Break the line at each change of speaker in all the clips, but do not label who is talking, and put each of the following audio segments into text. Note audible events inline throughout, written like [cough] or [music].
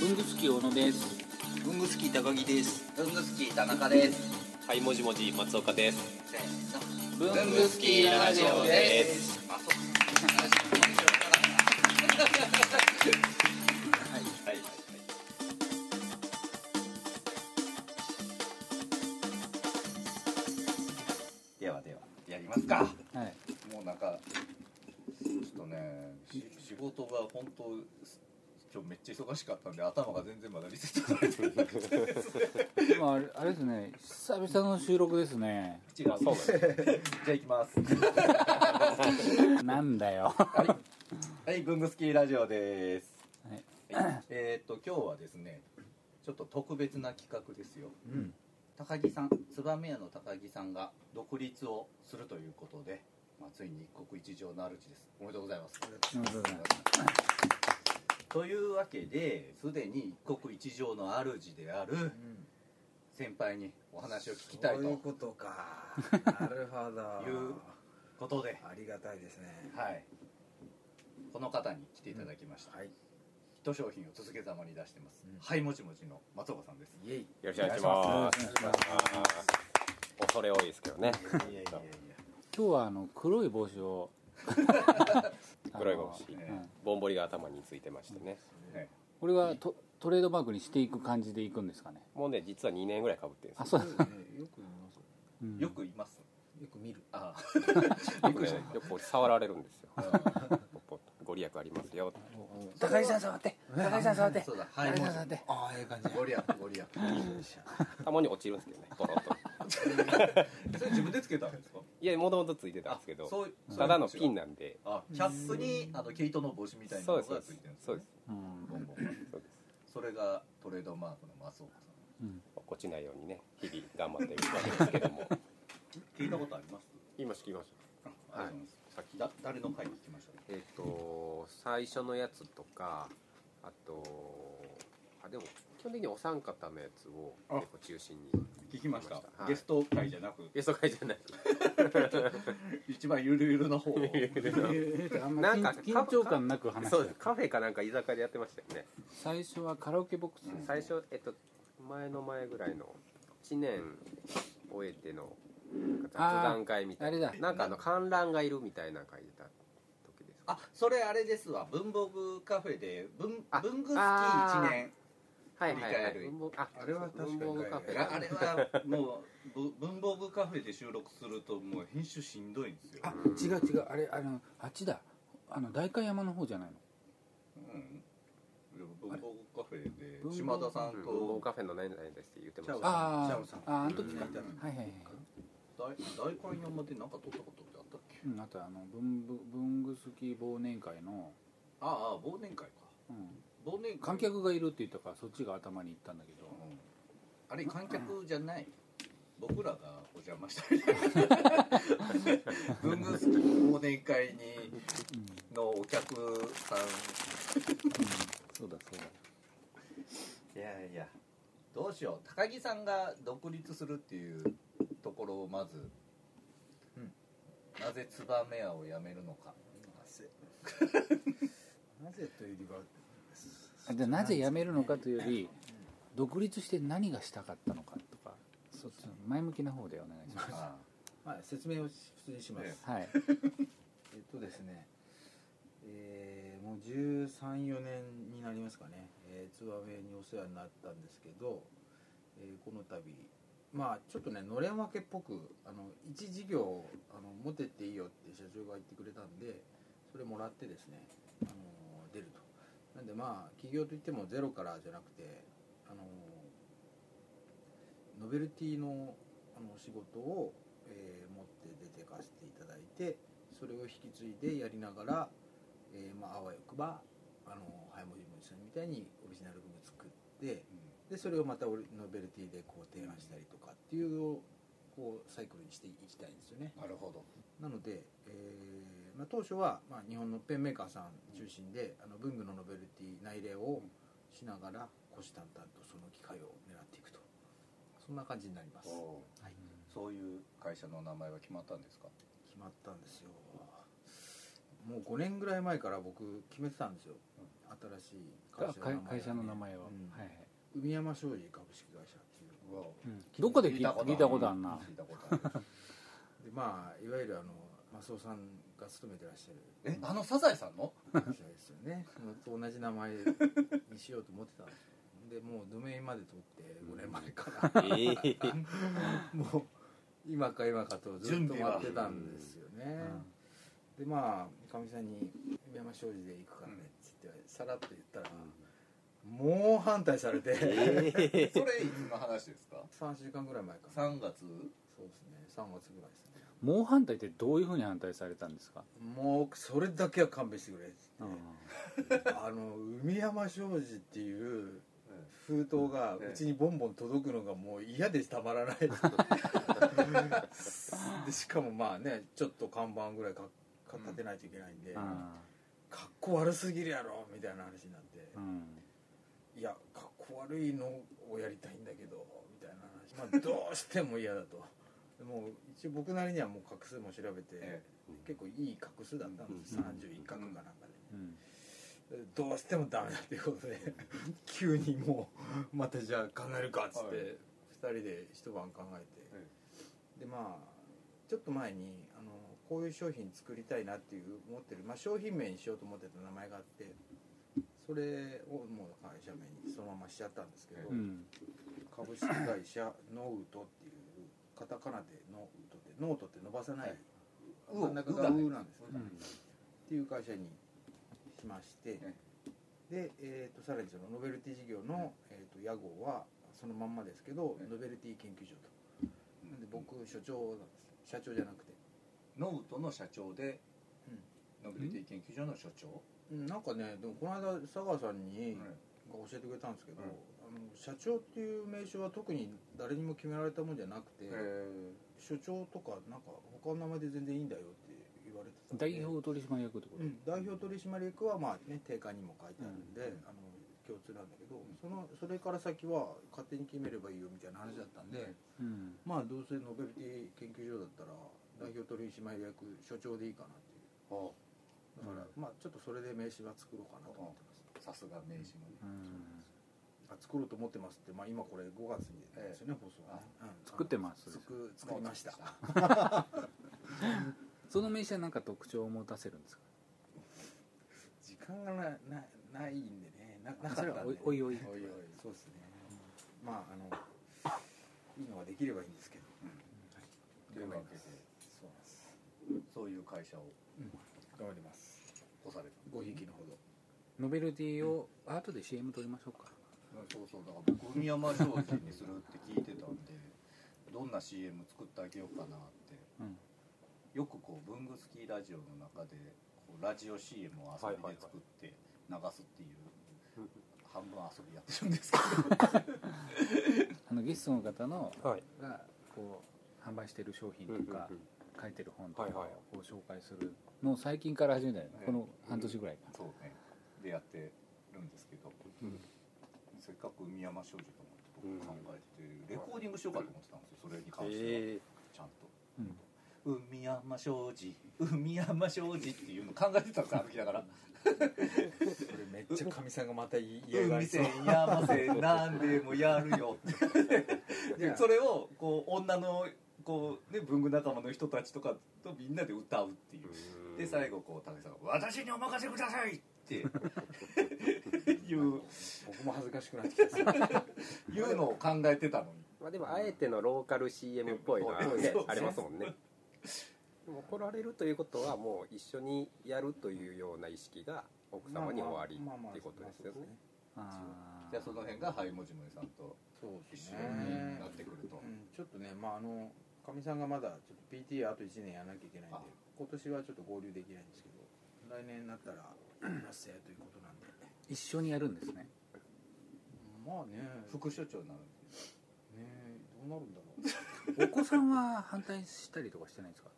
文具好き小野です
文具好き高木です文具好き田中です
はい、もじもじ松岡です。
せーの
文
すあ、そう
はい
はい。
ではではやりますか
はい、
もうなんかちょっとねし仕事が本当今日めっちゃ忙しかったんで頭が全然まだリセットされてない
まああれ、あれですね久々の収録ですね
違うそうだねじゃあ行きます
なんだよ
はい、文具スキーラジオです。
はい
はい、えーっと今日はですね、ちょっと特別な企画ですよ。
うん
高木さん、燕屋の高木さんが独立をするということで、まあついに一国一城の主です。おめでとうございます。
りがとうございま
というわけで、すでに一国一城の主である先輩にお話を聞きたいと
そう
い
いう
う
ことか [laughs] なるほど
ことで、
ありがたいですね
はい。この方に来ていただきました。
はい
一商品を続けざまに出してます、
うん
はいもちもちの松岡さんです
イエイ
よろしくお願いします。
す
あー恐れ多いですけどね。
いやいやいや
今日はあの黒い帽子を
黒い帽子
あのうん
ぼんぼりが頭についてましてね。
ね
これはトトレードマークにしていく感じでいくんですかね
もうね、実は2年ぐらい被ってるんです
あ
よ。
そう、
よく見ます
うん
よくいます
よく見る
ああ [laughs]
僕ね、よく触られるんですよ。ご利益ありますよ。
高木さん触って高木さん触って
そうだはい
高
も
木
ち
さん
も
触って
ああいう感じ
ちご利益ご利益
たまに落ちるんですけどね、ポロッと。
それ自分でつけたんですか
いや、もとも [laughs] とついてたんですけど、
そう
ただのピン
な
なんで。
あキャップにあの毛糸の帽子みたいなの
そう
が
です、
ついて
そ
る
うんで
ですすね。
うん
ボンボン
そうです。そうです
それがトレードマークの松岡さん
うん
落ちないようにね、日々頑張っているわけですけども。
聞いたことあります
今、聞きました。
ありがとうございますだ誰の回聞きました
えっ、と最初のやつとかあとあでも基本的にお三方のやつを
あ
結構中心に
聞きました
はい
ゲスト回じゃなく
ゲスト会じゃない
一番ゆるゆるの
[laughs]
方を
あんま
なんか
緊緊張感なく話し
そう
て
ですカフェかなんか居酒屋でやってましたよね、
最初はカラオケボックスですね
最初えっと前の前ぐらいの1年終えてのなんか雑談会みた
あ
い
ーあ
な
れだ
なんかあの観覧がいるみたいな会でた時ですか
あそれあれですわ文房具カフェで文
あ
文具好き
あー
1年
はいはいは
振り返
い
る
文房あ
あれは確かに
文房具カフ
い
ェ
やあれはもうぶ文房具カフェで収録するともう編集しんどいんですよ、
あ違う違うあれあのあっちだあの代官山の方じゃないの
うん、でも文房具カフェ
文
で
房
島田さん
うん文房具
と
カフェの何々ですって言ってま
ち
し
ゃ
た
シ
あ
ャオさん
あああの時か
うん
はいはいはい
大大観山で何か撮ったことってあったっけ、
うんあとあの文部文具好き忘年会の、
ああ忘年会か
うん、
忘年会
観客がいるって言ったからそっちが頭に行ったんだけど
うんあれ観客じゃない僕らがお邪魔したみたい
[laughs]
な文具好き忘年会に
うん、うん、
のお客さん
そうだそうだ
いやいやどうしよう高木さんが独立するっていうところをまず、
うん
なぜ燕屋を辞めるのか
なぜ [laughs] なぜというよりは
あじゃあなぜ辞めるのかというより独立して何がしたかったのかとかそっちの前向きな方でお願いします
あ
はい説明をし普通にします、
え
はい
えっとですねえーもう134年になりますかねえーツアーにお世話になったんですけど、えーこの度まあちょっとねのれん分けっぽくあの一事業あの持てっていいよって社長が言ってくれたんでそれもらってですねあの出るとなんでまあ企業といってもゼロからじゃなくてあのノベルティのあの仕事を、えー持って出てかせていただいてそれを引き継いでやりながら、えーまああわよくばあの早もじもじさんみたいにオリジナルグッズ作ってでそれをまたオリノベルティでこう提案したりとかっていうのをこうサイクルにしていきたいんですよね
なるほど
なので、えーまあ、当初は、まあ、日本のペンメーカーさん中心で、あの文具のノベルティ内例をしながら虎視眈々とその機会を狙っていくとそんな感じになりますはい
そういう会社の名前は決まったんですか
決まったんですよもう5年ぐらい前から僕決めてたんですよ、新しい
あ会
が
会社の名前は、
うん
はいはい
海山商事株式会社ってい
う
う
わ
うんどこで聞い聞いたことあんな
聞いたことある
でまあいわゆるあのマ尾さんが勤めてらっしゃる
えあのサザエさんの
会社ですよ
[laughs]
ねそのと同じ名前にしようと思ってたんですよでもうドメインまで取って5年前から、
え
[laughs]
え
もう今か今かとずっと待ってたんですよね、でまあかみさんに「山商事で行くからね」っつってさらっと言ったら、もう反対されて [laughs]
それいつの話ですか
3週間ぐらい前かな
3月
そうですね3月ぐらいですね
猛反対ってどういうふうに反対されたんですか、
もうそれだけは勘弁してくれっつ
あ
ってあの海山商事っていう封筒が
ええ
うちにボンボン届くのがもう嫌でたまらないでしかもまあねちょっと看板ぐらいかか立てないといけないんで、
ー
格好悪すぎるやろみたいな話になって、
うん
いや格好悪いのをやりたいんだけどみたいな話、まあ、どうしても嫌だとでもう一応僕なりにはもう画数も調べて、
え
結構いい画数だったんです、
うん
31画かなんかで、
うん
どうしてもダメだっていうことで [laughs] 急にもうまたじゃあ考えるかっつっ
はい
て、二2人で一晩考えて、
え
でまあちょっと前にあのこういう商品作りたいなっていう思ってる、まあ、商品名にしようと思ってた名前があってそれをもう会社名にそのまましちゃったんですけど、
うん
株式会社ノウトっていうカタカナでノウトってノートって伸ばさない、
はい
真ん中が
う
ウ
が
ーなんですよ、
うん
っていう会社にしまして、
え
で、えー、とさらにそのノベルティ事業の、えー、と屋号はそのまんまですけど、
ええ
ノベルティ研究所となんで僕所長なんです社長じゃなくて
ノウトの社長で
うん
ノベルティ研究所の所長
うんなんかねでもこの間佐川さんに、
はい
が教えてくれたんですけど、
はい
あの社長っていう名称は特に誰にも決められたもんじゃなくて、所長とかなんか他の名前で全然いいんだよって言われてたんで
代表取締役ってこと、
うん、代表取締役はまあね定価にも書いてあるんで、
うん
あの共通なんだけど、そのそれから先は勝手に決めればいいよみたいな話だったんで、
うん
まあどうせノベルティ研究所だったら代表取締役所長でいいかなっていう
あ
だから、まあちょっとそれで名刺は作ろうかなと思ってま
さ
す、
すが名刺もね
うん
あ作ろうと思ってますって、まあ、今これ5月にですよね、放送はね、うん
作ってます
作作りました
その名刺は何か特徴を持たせるんですか
時間がななないんでねななかった
そ
ん
れ
で
はおおいおい
おいおい
そうですねまああのいいのができればいいんですけど
というわけで
そうなんです
そういう会社を
頑張ります
干された
ごひいきのほど
ノベルティを後で CM 撮りましょうか
そうそうだから
[laughs]
僕海山商事にするって聞いてたんでどんな CM 作ってあげようかなって
うん
よくこう文具スキーラジオの中でこうラジオ CM を遊びで作って流すっていう、半分遊びやってるんですけど
あのゲストの方の
はい
がこう販売してる商品とか書いてる本とか
はいはい
を紹介するのを最近から始めたよね
うん
この半年ぐらいか
そうねでやってるんですけど、
うん
せっかく海山商事と思って僕考えて、レコーディングしようかと思ってたんですよそれに関しては、
え
ちゃんと。
うん
海山商事海山商事っていうの考えてたんですよ歩きながら
これめっちゃかみさんがまた言い
「
嫌が
海
りそう
線山線なんでもやるよ」
いや
でそれをこう女のこう、ね、文具仲間の人たちとかとみんなで歌うっていうで最後こう武井さんが「私にお任せください!」
[laughs]
っていう
僕も恥ずかしくなってきた
いうのを考えてたのに
まあでもあえてのローカル CM っぽいのは
そう
ね
そう
ありますもんねでも怒られるということはもう一緒にやるというような意識が奥様に終わりっていうことですよね
あー
じゃあその辺がハイモジモリさんと
そうで
一
す
緒
ね
になってくると
うんちょっとねまああのかみさんがまだちょっと PTA あと1年やらなきゃいけないんで
あ
今年はちょっと合流できないんですけど来年になったらやりますよということなんで
一緒にやるんですね
まあね
副所長になるんで
ねえどうなるんだろ
お子さんは反対したりとかしてないんですか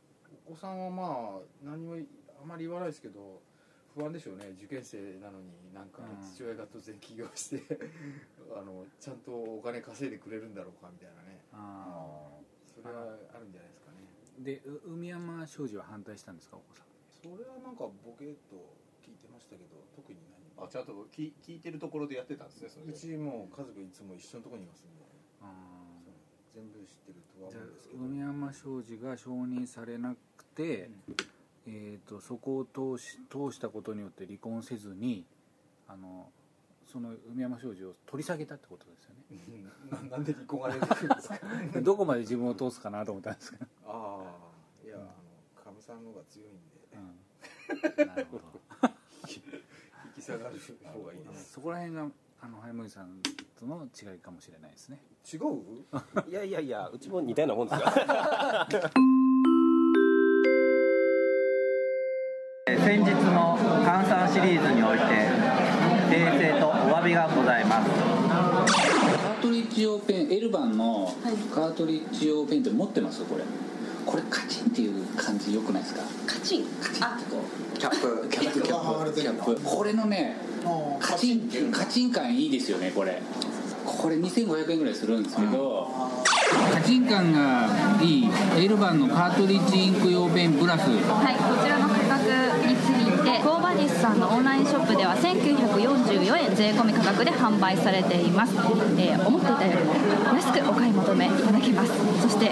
う [laughs] お子さんはまあ何もあまり言わないですけど不安でしょうね受験生なのになんか
うん
父親が突然起業して [laughs] あのちゃんとお金稼いでくれるんだろうかみたいなね
あ
それはあるんじゃないですかね
ーでう海山商事は反対したんですかお子さん
それはなんかボケと聞いてましたけど特に何
あちゃんと聞聞いてるところでやってたんですねそれ
う
で
ちもう家族いつも一緒のところにいますんで、
うん
そう全部知ってるとは
じゃあ
思うんですけど
海山商事が承認されなくて、えー、とそこを通し通したことによって離婚せずにあのその海山商事を取り下げたってことですよ [laughs] ね
[laughs] ななんで離婚が出てくるんですか
どこまで自分を通すかなと思ったんですけど、
ああいやあのかみさんの方が強いんで
[laughs] うん、なるほど
引き下がる方がいいです
そこら辺があの早森さんとの違いかもしれないですね
違う
いやいやいやうちも似たようなもんですよ
先日の換算シリーズにおいて訂正とお詫びがございます
カートリッジ用ペンエルバンのカートリッジ用ペンって持ってますこれこれカチンっていう感じよくないですか
カチンあ
キャップキャップキャップキャップこれのねカチンカチン感いいですよねこれこれ2500円ぐらいするんですけど、カチン感がいいエルバンのカートリッジインク用ペンブラス
はいこちらの価格についてコーバニスさんのオンラインショップでは1944円税込み価格で販売されています、えー思っていたよりも安くお買い求めいただけますそして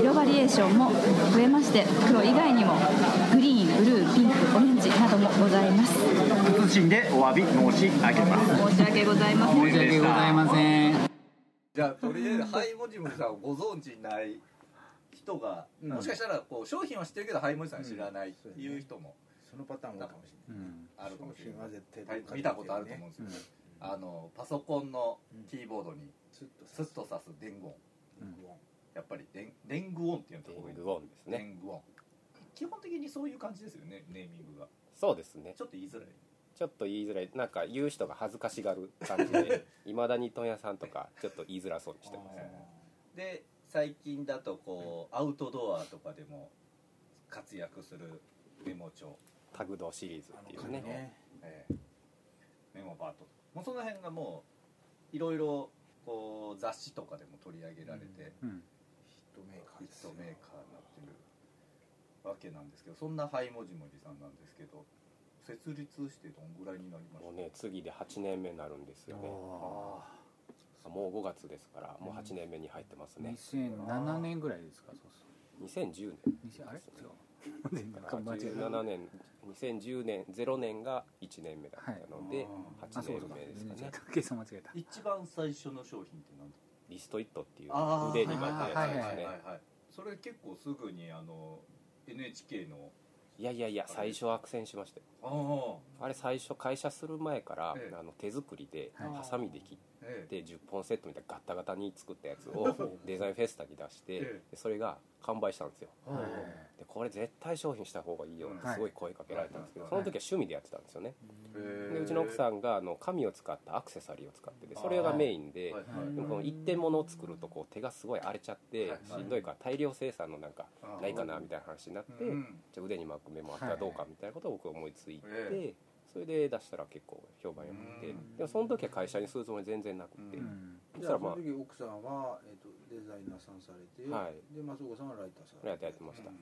色バリエーションも増えまして黒以外にもグリーンブルーピンクオレンジなどもございます
謹んでお詫び申し上げます
申し訳ございません
申し訳ございません
じゃあとりあえずハイモジムさんをご存知ない人が、
うん
もしかしたらこう商品は知ってるけどハイモジムさん知らないっていう人も
そのパターンもあるかもしれ
う
ない、
ん
あるかもしれない
商品は絶対
はい見たことあると思うんですよ、
うん
あのパソコンのキーボードに
ずっと
スッと刺す伝言
うん
やっぱり伝伝言音っていうのところがいい
グオンです [laughs] ね
伝言音基本的にそういう感じですよねネーミングが
そうですね
ちょっと言いづらい
ちょっと言いづらいなんか言う人が恥ずかしがる感じでいまだに問屋さんとかちょっと言いづらそうにしてます
で最近だとこうアウトドアとかでも活躍するメモ帳、
タグドシリーズってい
あ
う
の
ね
ね
ええメモパートもうその辺がもういろいろこう雑誌とかでも取り上げられて、
うん
ヒットメーカ
ヒ
ー
ッ
です
ト
よ
メーカーになってるわけなんですけどそんなハイモジモジさんなんですけど設立してどんぐらいになりまし
も
た
うね次で8年目になるんですよねもう5月ですからもう8年目に入ってますね
2007年ぐらいですかそうそう2000
2010
あれ
そう
違うなんか間違え
年17
た
年2010年0年が1年目だったので、
あ
8
そう
年
そうか
目です
全
か
然違
ね
った計算間違えた
一番最初の商品って何だ
リストイットっていう
あー
腕に巻いた
は
やつ
い
で
は
す
い
ね
いそれ結構すぐにあの NHK の
いやいやいや最初は苦戦しましたよ
ああ
あれ最初会社する前から、
ええ
あの手作りで
はい
ハサミで切っ
ええ
て10本セットみたいなガッタガタに作ったやつをデザインフェスタに出して、
え
でそれが完売したんですよ
ああ
でこれ絶対商品した方がいいよってすごい声かけられたんですけど、
はい
その時は趣味でやってたんですよね、
へえ
でうちの奥さんがあの紙を使ったアクセサリーを使っててそれがメインで、
はいはい
でもこの一点物を作るとこう手がすごい荒れちゃって
はい
しんどいから大量生産のなんか
あー
ないかなみたいな話になって
うん
じゃあ腕に巻く目もあったらどうかみたいなことを僕思いつい
え
てそれで出したら結構評判良くて
うん
でもその時は会社にするつもり全然なくて
う
うん
そし
じ
た
ゃあ
ら
そ
まあ
の時奥さんは、えっとデザイナーさんされて、
はい
で松岡さんはライターさん
ライターやってました
ね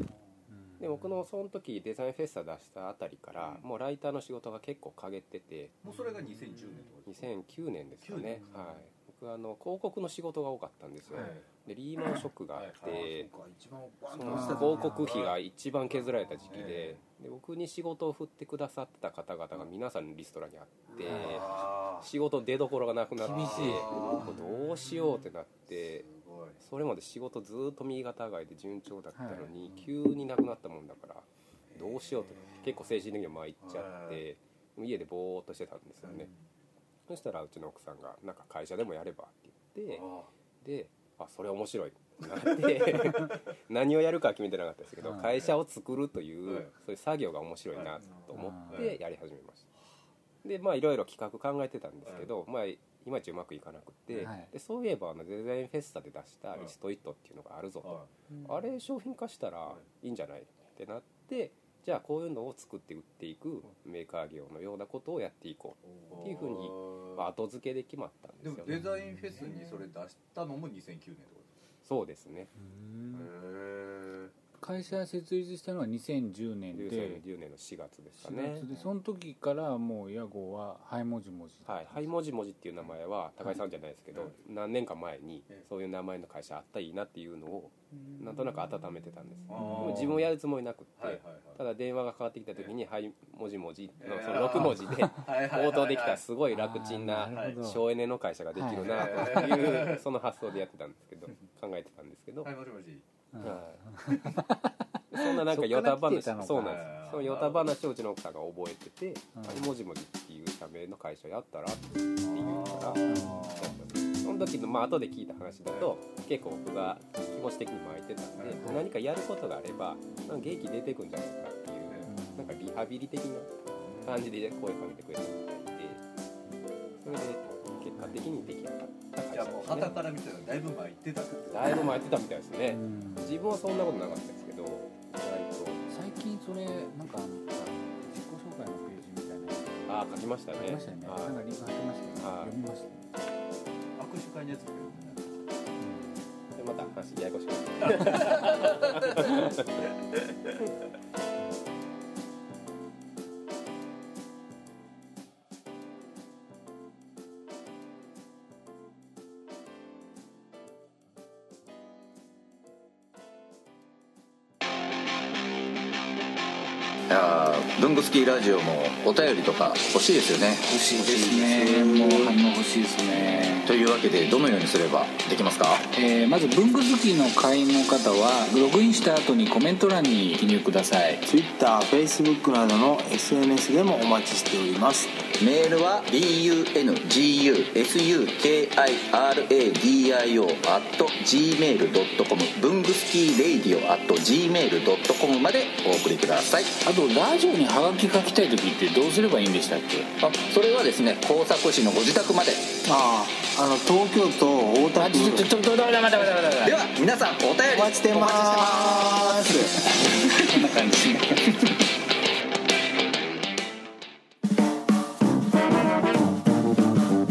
うん
で僕のその時デザインフェスタ出したあたりから
うん
もうライターの仕事が結構陰ってて
もうそれが2010年とかですか
2009年ですか
9
ね
年
はい僕はあの広告の仕事が多かったんですよ
はい
でリーマンショックがあっ
はいは
て
そうか一番バ
そ
ン
う
と
なん
落
です
あー
ちた時
広告費が一番削られた時期でで僕に仕事を振ってくださってた方々が皆さんリストラにあって
ああ
仕事出どころがなくなって
厳しい
もうどうしようってなって
すごい
それまで仕事ずーっと右肩上がりで順調だったのに、
はい
急になくなったもんだからどうしようと結構精神的にも参っちゃっ
は
て、家でぼーっとしてたんですよね、そしたらうちの奥さんが「なんか会社でもやれば」って言って
あ
で「あそれ面白い」ってなって何をやるかは決めてなかったですけど、
はい
会社を作るという、
はい
そういう作業が面白いなと思っ
はい
てやり始めました、でまあいろいろ企画考えてたんですけど、まあいまいちうまくいかなくって、
はい
でそういえばあのデザインフェスタで出したリストイットっていうのがあるぞ
あ
と、
は
あれ商品化したらいいんじゃないってなってじゃあこういうのを作って売っていくメーカー業のようなことをやっていこ
い
っていうふうにう、まあ、後付けで決まったん
で
です
も
よ
デ
ね
ザインフェスにそれ出したのも2009年とか
そうですね
うん
へえ
会社設立したのは2010年で
2010年の4月ですか
4
ね
月でその時からもう屋号は「はいもじもじ」
はい、はいもじもじっていう名前は高井さんじゃないですけど、
はい
何年か前に
ええ
そういう名前の会社あったらいいなっていうのをなんとなく温めてたんです
あー
もう自分をやるつもりなくって、
はいはい
ただ電話がかかってきた時に「はいもじもじ」のそ
ええ
の6文字で
[laughs] はいはいはいはい
応答できたすごい楽ちん
あ
な
ーるほど
省エネの会社ができるなっていうその発想でやってたんです
[laughs]
けど考えてたんですけど、
はいもしもし
はいそんななんかヨタ
そっから来て
話
たのか
そうなんですそのヨタ話をうちの奥さんが覚えてて
うん
「あれもじもじ」っていう社名の会社やったらっていうからその時のまあ後で聞いた話だと結構僕が気持ち的に巻いてたんで何かやることがあればなんか元気出てくんじゃないかっていうなんかリハビリ的な感じで声かけてくれたみたいでそれで結果的に出来上がった会
じゃ
社
あもう
です
旗
ね
から見たらだいぶ前行ってたんです
だいぶ巻いてたみたいです
う
ね
ん
自分はそんなことなかったですけど意外と。
最近それなんかあの自己紹介のページみたいなの
あー書きましたね
ありましたよね
は
ないんかリンク貼ってましたよね
はい
読みましたよ
握手会のやつだけどね
でまた話ややこしくなって
いやーブングスキーラジオもお便りとか欲しいですよね
欲しいですねもう反応欲しいですね
というわけでどのようにすればできますか
えーまず文具好きの会員の方はログインした後にコメント欄に記入ください
TwitterFacebook などの SNS でもお待ちしております
メールは bunguskiradio gmail.com 文具スキーレイディオ gmail.com までお送りください
あとラジオにハガキ書きたい時ってどうすればいいんでしたっけ
あそれはですね工作士のご自宅まで
あああの東京都大田
あ
区
ちょちょちょちょダメダメダメダメダメ
では皆さんお便り
お待ちしてま
お待ちし
こ
てます
ーす
んな感じ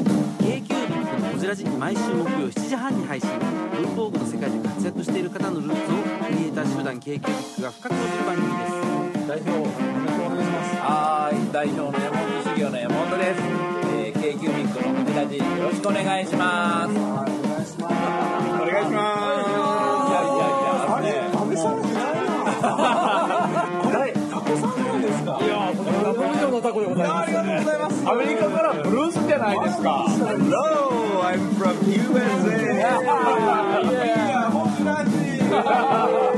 こちらジ毎週木曜7時半に配信文房具の世界で活躍している方のルーツをクリエイター集団 k q b i c が深く落ちる番組です
代表お願いしますはい代表の山本修行の山本です、えー、k q ミックのホジラジよろしくお願いしますお願いしますお願いしますいやいやいやあれ食べさんじゃないなあれタコさんなんですかいやこれタコ以上のタコでございますありがとうございますアメリカからブルースじゃないですか Hello I'm from USA いやホジラジ